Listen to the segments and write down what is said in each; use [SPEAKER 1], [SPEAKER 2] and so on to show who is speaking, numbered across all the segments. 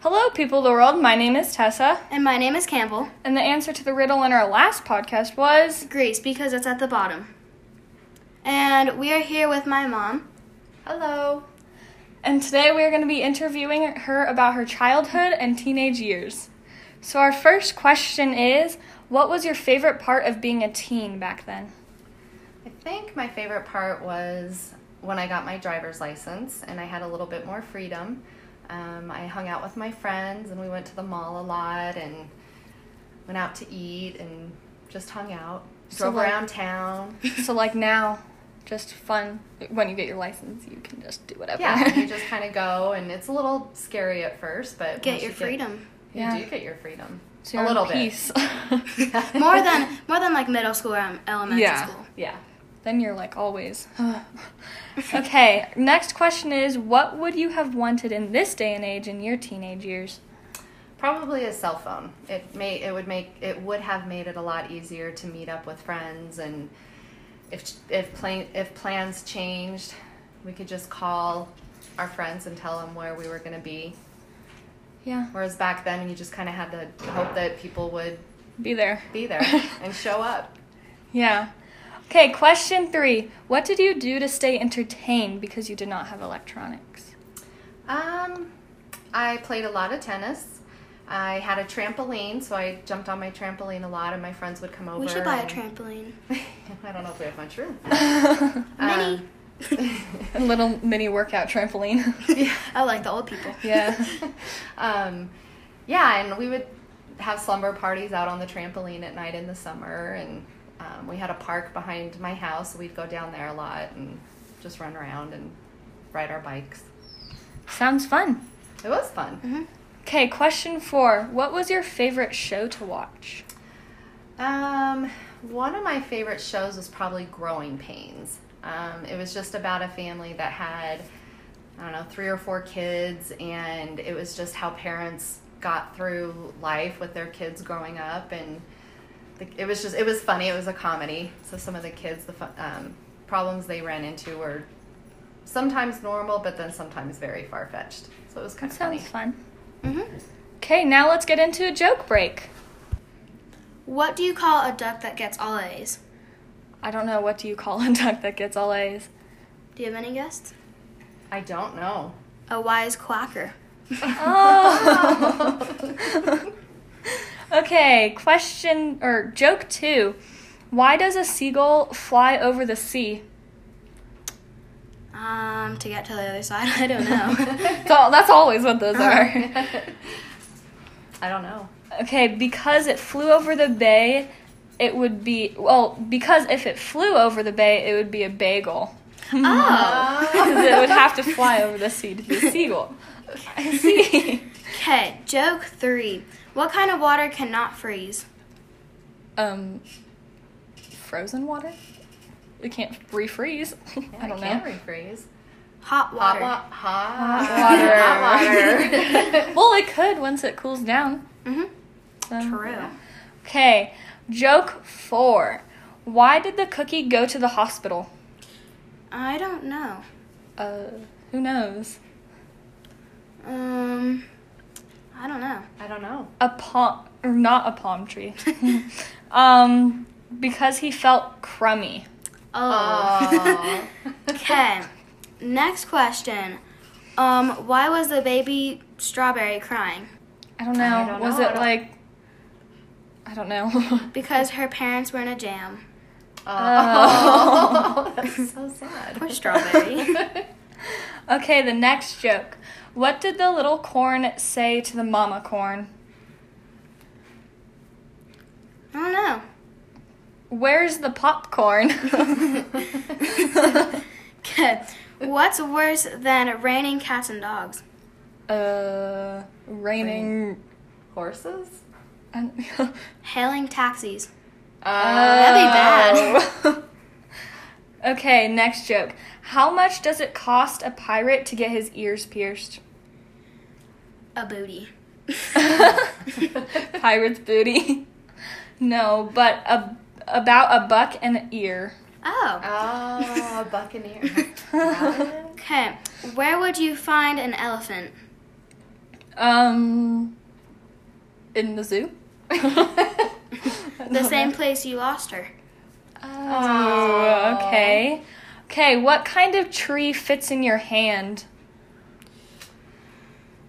[SPEAKER 1] Hello, people of the world. My name is Tessa,
[SPEAKER 2] And my name is Campbell.
[SPEAKER 1] and the answer to the riddle in our last podcast was
[SPEAKER 2] Greece, because it's at the bottom. And we are here with my mom.
[SPEAKER 1] Hello. And today we are going to be interviewing her about her childhood and teenage years. So, our first question is What was your favorite part of being a teen back then?
[SPEAKER 3] I think my favorite part was when I got my driver's license and I had a little bit more freedom. Um, I hung out with my friends and we went to the mall a lot and went out to eat and just hung out.
[SPEAKER 1] So,
[SPEAKER 3] Drove
[SPEAKER 1] like-
[SPEAKER 3] around town.
[SPEAKER 1] so, like now, just fun. When you get your license, you can just do whatever.
[SPEAKER 3] Yeah, and you just kind of go and it's a little scary at first, but
[SPEAKER 2] Get
[SPEAKER 3] once
[SPEAKER 2] your
[SPEAKER 3] you
[SPEAKER 2] freedom.
[SPEAKER 3] You
[SPEAKER 1] Yeah.
[SPEAKER 3] do get your freedom.
[SPEAKER 1] So
[SPEAKER 3] a
[SPEAKER 1] you're in
[SPEAKER 3] little bit.
[SPEAKER 1] peace.
[SPEAKER 2] More than more than like middle school or um, elementary
[SPEAKER 1] Yeah.
[SPEAKER 2] school.
[SPEAKER 3] Yeah.
[SPEAKER 1] Then you're like always. okay, next question is what would you have wanted in this day and age in your teenage years?
[SPEAKER 3] Probably a cell phone. It may it would make it would have made it a lot easier to meet up with friends and if if plan, if plans changed, we could just call our friends and tell them where we were going to be.
[SPEAKER 1] Yeah,
[SPEAKER 3] Whereas back then you just kind of had to hope that people would
[SPEAKER 1] be there.
[SPEAKER 3] be there and show up.
[SPEAKER 1] Yeah. Okay, question 3. What did you do to stay entertained because you did not have electronics?
[SPEAKER 3] Um I played a lot of tennis. I had a trampoline, so I jumped on my trampoline a lot, and my friends would come over.
[SPEAKER 2] We should buy a
[SPEAKER 3] and-
[SPEAKER 2] trampoline.
[SPEAKER 3] I don't know if we have much room.
[SPEAKER 2] Mini.
[SPEAKER 3] Um,
[SPEAKER 1] A little mini workout trampoline.
[SPEAKER 2] I like the old people.
[SPEAKER 1] yeah.
[SPEAKER 3] um, yeah, and we would have slumber parties out on the trampoline at night in the summer, and um, we had a park behind my house. So we'd go down there a lot and just run around and ride our bikes.
[SPEAKER 1] Sounds fun.
[SPEAKER 3] It was fun.
[SPEAKER 1] Okay, question 4. What was your favorite show to watch?
[SPEAKER 3] Um, one of my favorite shows was probably Growing Pains. Um, it was just about a family that had, I don't know, three or four kids, and it was just how parents got through life with their kids growing up, and the, it was just it was funny. It was a comedy, so some of the kids the fu- um, problems they ran into were sometimes normal, but then sometimes very far fetched. So it was kind
[SPEAKER 1] That
[SPEAKER 3] of
[SPEAKER 1] sounds
[SPEAKER 3] funny.
[SPEAKER 1] fun.
[SPEAKER 2] hmm
[SPEAKER 1] Okay, now let's get into a joke break.
[SPEAKER 2] What do you call a duck that gets all A's?
[SPEAKER 1] I don't know what do you call a duck that gets all A's.
[SPEAKER 2] Do you have any guests?
[SPEAKER 3] I don't know.
[SPEAKER 2] A wise quacker.
[SPEAKER 1] Oh. okay, question or joke two. Why does a seagull fly over the sea?
[SPEAKER 2] Um, to get to the other side, I don't know.
[SPEAKER 1] So that's always what those are.
[SPEAKER 3] I don't know.
[SPEAKER 1] Okay, because it flew over the bay, it would be well, because if it flew over the bay, it would be a bagel.
[SPEAKER 2] oh,
[SPEAKER 1] Because it would have to fly over the sea to be a seagull. I see.
[SPEAKER 2] okay. Joke three. What kind of water cannot freeze?
[SPEAKER 1] Um frozen water? We can't refreeze. I don't know.
[SPEAKER 3] can't rephrase.
[SPEAKER 2] Hot
[SPEAKER 3] Hot
[SPEAKER 2] water.
[SPEAKER 3] wa- hot,
[SPEAKER 1] water.
[SPEAKER 3] hot water.
[SPEAKER 1] Well, it could once it cools down.
[SPEAKER 2] Mm-hmm.
[SPEAKER 1] so-
[SPEAKER 2] True.
[SPEAKER 1] Okay, joke four. Why did the cookie go to the hospital?
[SPEAKER 2] I don't know.
[SPEAKER 1] Uh, who knows?
[SPEAKER 2] Um, I don't know.
[SPEAKER 3] I don't know.
[SPEAKER 1] A palm, or not a palm tree. um, because he felt crummy.
[SPEAKER 3] Aw.
[SPEAKER 2] Okay. Next question. Um, why was the baby strawberry crying?
[SPEAKER 1] I don't know.
[SPEAKER 3] I don't
[SPEAKER 1] Was
[SPEAKER 3] know, I
[SPEAKER 1] it
[SPEAKER 3] don't-
[SPEAKER 1] like? I don't know.
[SPEAKER 2] Because her parents were in a jam.
[SPEAKER 3] Uh, Oh. That's so sad.
[SPEAKER 2] Poor strawberry.
[SPEAKER 1] okay, the next joke. What did the little corn say to the mama corn?
[SPEAKER 2] I don't know.
[SPEAKER 1] Where's the popcorn?
[SPEAKER 2] Okay. What's worse than raining cats and dogs?
[SPEAKER 1] uh, raining. Uh,
[SPEAKER 3] Horses?
[SPEAKER 1] I-
[SPEAKER 2] Hailing taxis.
[SPEAKER 1] Uh, That'd be bad. okay, next joke. How much does it cost a pirate to get his ears pierced?
[SPEAKER 2] A booty.
[SPEAKER 1] Pirate's booty. no, but a, about a buck and an ear.
[SPEAKER 2] Oh.
[SPEAKER 3] Oh, a buccaneer.
[SPEAKER 2] Okay. Where would you find an elephant?
[SPEAKER 1] Um, in the zoo.
[SPEAKER 2] The same place you lost her.
[SPEAKER 1] Oh, okay. Okay, what kind of tree fits in your hand?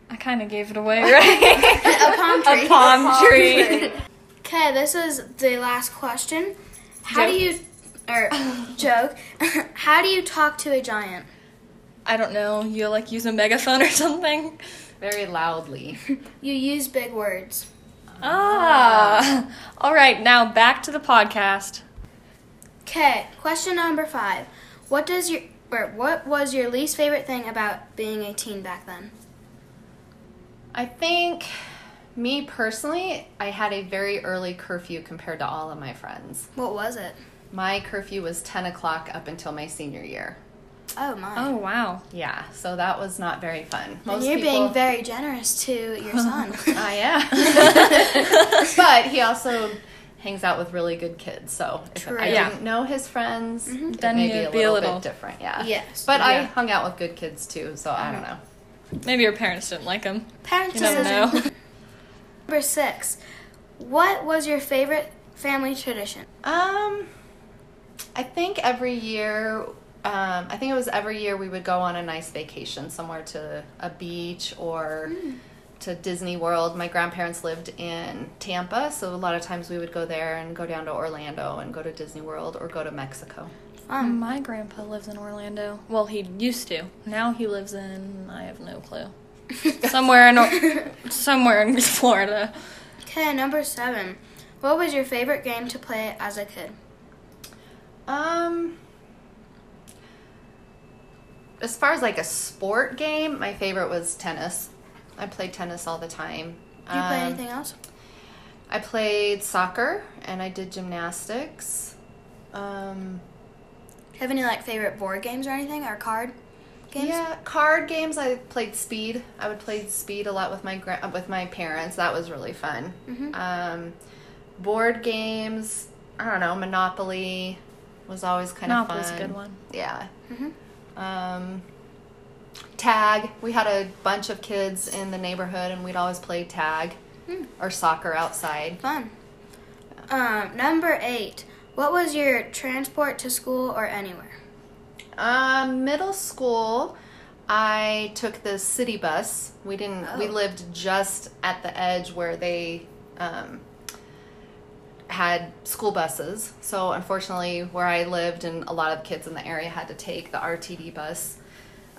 [SPEAKER 1] I kind of gave it away, right?
[SPEAKER 2] A palm tree.
[SPEAKER 1] A palm tree.
[SPEAKER 2] Okay, this is the last question. How do you, or joke, how do you talk to a giant?
[SPEAKER 1] I don't know. You like use a megaphone or something?
[SPEAKER 3] Very loudly.
[SPEAKER 2] You use big words.
[SPEAKER 1] Ah. All right, now back to the podcast.
[SPEAKER 2] Okay, question number five. What does your, or what was your least favorite thing about being a teen back then?
[SPEAKER 3] I think me personally, I had a very early curfew compared to all of my friends.
[SPEAKER 2] What was it?
[SPEAKER 3] My curfew was 10 o'clock up until my senior year.
[SPEAKER 2] Oh my.
[SPEAKER 1] Oh, wow.
[SPEAKER 3] Yeah, so that was not very fun.
[SPEAKER 2] and
[SPEAKER 3] Most
[SPEAKER 2] you're
[SPEAKER 3] people,
[SPEAKER 2] being very generous to your son.
[SPEAKER 3] I am. Ah, but he also hangs out with really good kids, so if
[SPEAKER 2] True.
[SPEAKER 3] I
[SPEAKER 1] Yeah.
[SPEAKER 3] didn't know his friends, it
[SPEAKER 1] Then
[SPEAKER 3] may
[SPEAKER 1] you'd
[SPEAKER 3] be a,
[SPEAKER 1] be a
[SPEAKER 3] little
[SPEAKER 1] little-
[SPEAKER 3] bit different. Yeah.
[SPEAKER 2] Yes.
[SPEAKER 3] But I
[SPEAKER 1] Yeah.
[SPEAKER 3] hung out with good kids too, so I don't know.
[SPEAKER 1] Maybe your parents didn't like him. You never
[SPEAKER 2] Parenthesis
[SPEAKER 1] know.
[SPEAKER 2] number six. What was your favorite family tradition?
[SPEAKER 3] Um, I think every year, um, I think it was every year we would go on a nice vacation somewhere to a beach or to Disney World. My grandparents lived in Tampa, so a lot of times we would go there and go down to Orlando and go to Disney World or go to Mexico.
[SPEAKER 2] Fun.
[SPEAKER 1] My grandpa lives in Orlando. Hmm. Well, he used to. Now he lives in I have no clue. Somewhere in Or- somewhere in Florida.
[SPEAKER 2] Okay, number seven. What was your favorite game to play as a kid?
[SPEAKER 3] Um, as far as like a sport game, my favorite was tennis. I played tennis all the time.
[SPEAKER 2] Do you play
[SPEAKER 3] Um,
[SPEAKER 2] anything else?
[SPEAKER 3] I played soccer and I did gymnastics. Um,
[SPEAKER 2] Have any like favorite board games or anything or card games?
[SPEAKER 3] yeah, card games. I played Speed. I would play Speed a lot with my gra- with my parents. That was really fun.
[SPEAKER 1] Mm-hmm.
[SPEAKER 3] Um, board games. I don't know. Monopoly was always kind
[SPEAKER 1] Monopoly's
[SPEAKER 3] of
[SPEAKER 1] a
[SPEAKER 3] fun.
[SPEAKER 1] good one. Mm-hmm.
[SPEAKER 3] Yeah. Um, tag. We had a bunch of kids in the neighborhood, and we'd always play tag
[SPEAKER 1] Hmm.
[SPEAKER 3] or soccer outside.
[SPEAKER 2] Fun. Um, number eight. What was your transport to school or anywhere?
[SPEAKER 3] Um, middle school, I took the city bus. We didn't. We
[SPEAKER 2] Oh.
[SPEAKER 3] lived just at the edge where they um, had school buses. So unfortunately, where I lived and a lot of kids in the area had to take the RTD bus.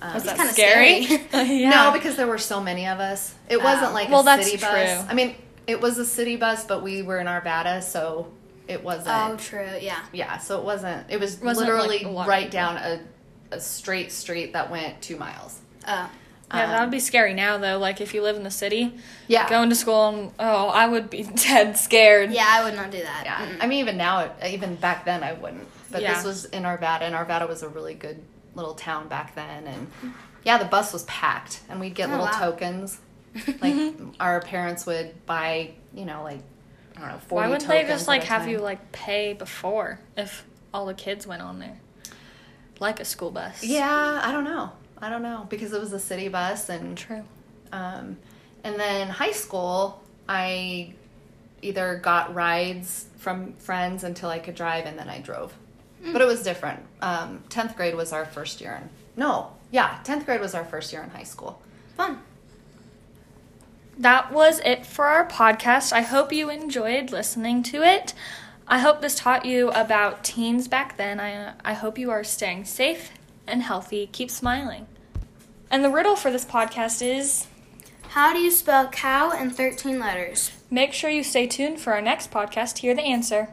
[SPEAKER 3] Um,
[SPEAKER 1] Was that
[SPEAKER 2] kinda
[SPEAKER 1] scary?
[SPEAKER 2] scary.
[SPEAKER 1] yeah.
[SPEAKER 3] No, because there were so many of us. It wasn't like
[SPEAKER 1] Well,
[SPEAKER 3] a
[SPEAKER 1] that's
[SPEAKER 3] city
[SPEAKER 1] true.
[SPEAKER 3] bus. I mean, it was a city bus, but we were in Arvada, so it wasn't
[SPEAKER 2] Oh, true. Yeah.
[SPEAKER 3] yeah, so it wasn't. It was
[SPEAKER 1] Wasn't, like,
[SPEAKER 3] literally
[SPEAKER 1] a lot.
[SPEAKER 3] right down a, a straight street that went two miles.
[SPEAKER 2] Oh.
[SPEAKER 1] yeah, that would Uh, be scary now though. Like if you live in the city,
[SPEAKER 3] Yeah,
[SPEAKER 1] going to school and oh, I would be dead scared.
[SPEAKER 2] Yeah, I would not do that.
[SPEAKER 3] yeah. I mean, even now, it- even back then, I wouldn't. But
[SPEAKER 1] Yeah.
[SPEAKER 3] this was in Arvada, and Arvada was a really good little town back then. And yeah, the bus was packed, and we'd get
[SPEAKER 2] Oh,
[SPEAKER 3] little
[SPEAKER 2] wow.
[SPEAKER 3] tokens. Like our parents would buy, you know, like I don't know, forty.
[SPEAKER 1] Why wouldn't they
[SPEAKER 3] tokens
[SPEAKER 1] just
[SPEAKER 3] at
[SPEAKER 1] like
[SPEAKER 3] a
[SPEAKER 1] have
[SPEAKER 3] time.
[SPEAKER 1] you like pay before if all the kids went on there? Like a school bus.
[SPEAKER 3] Yeah, I don't know. I don't know because it was a city bus, and
[SPEAKER 1] True.
[SPEAKER 3] Um, and then high school, I either got rides from friends until I could drive, and then I drove. But it was different. Um, 10th grade was our first year in. No, yeah, 10th grade was our first year in high school.
[SPEAKER 2] Fun.
[SPEAKER 1] that was it for our podcast. I hope you enjoyed listening to it. I hope this taught you about teens back then. I, I hope you are staying safe and healthy. Keep smiling. And the riddle for this podcast is
[SPEAKER 2] How do you spell cow in 13 letters?
[SPEAKER 1] make sure you stay tuned for our next podcast to hear the answer.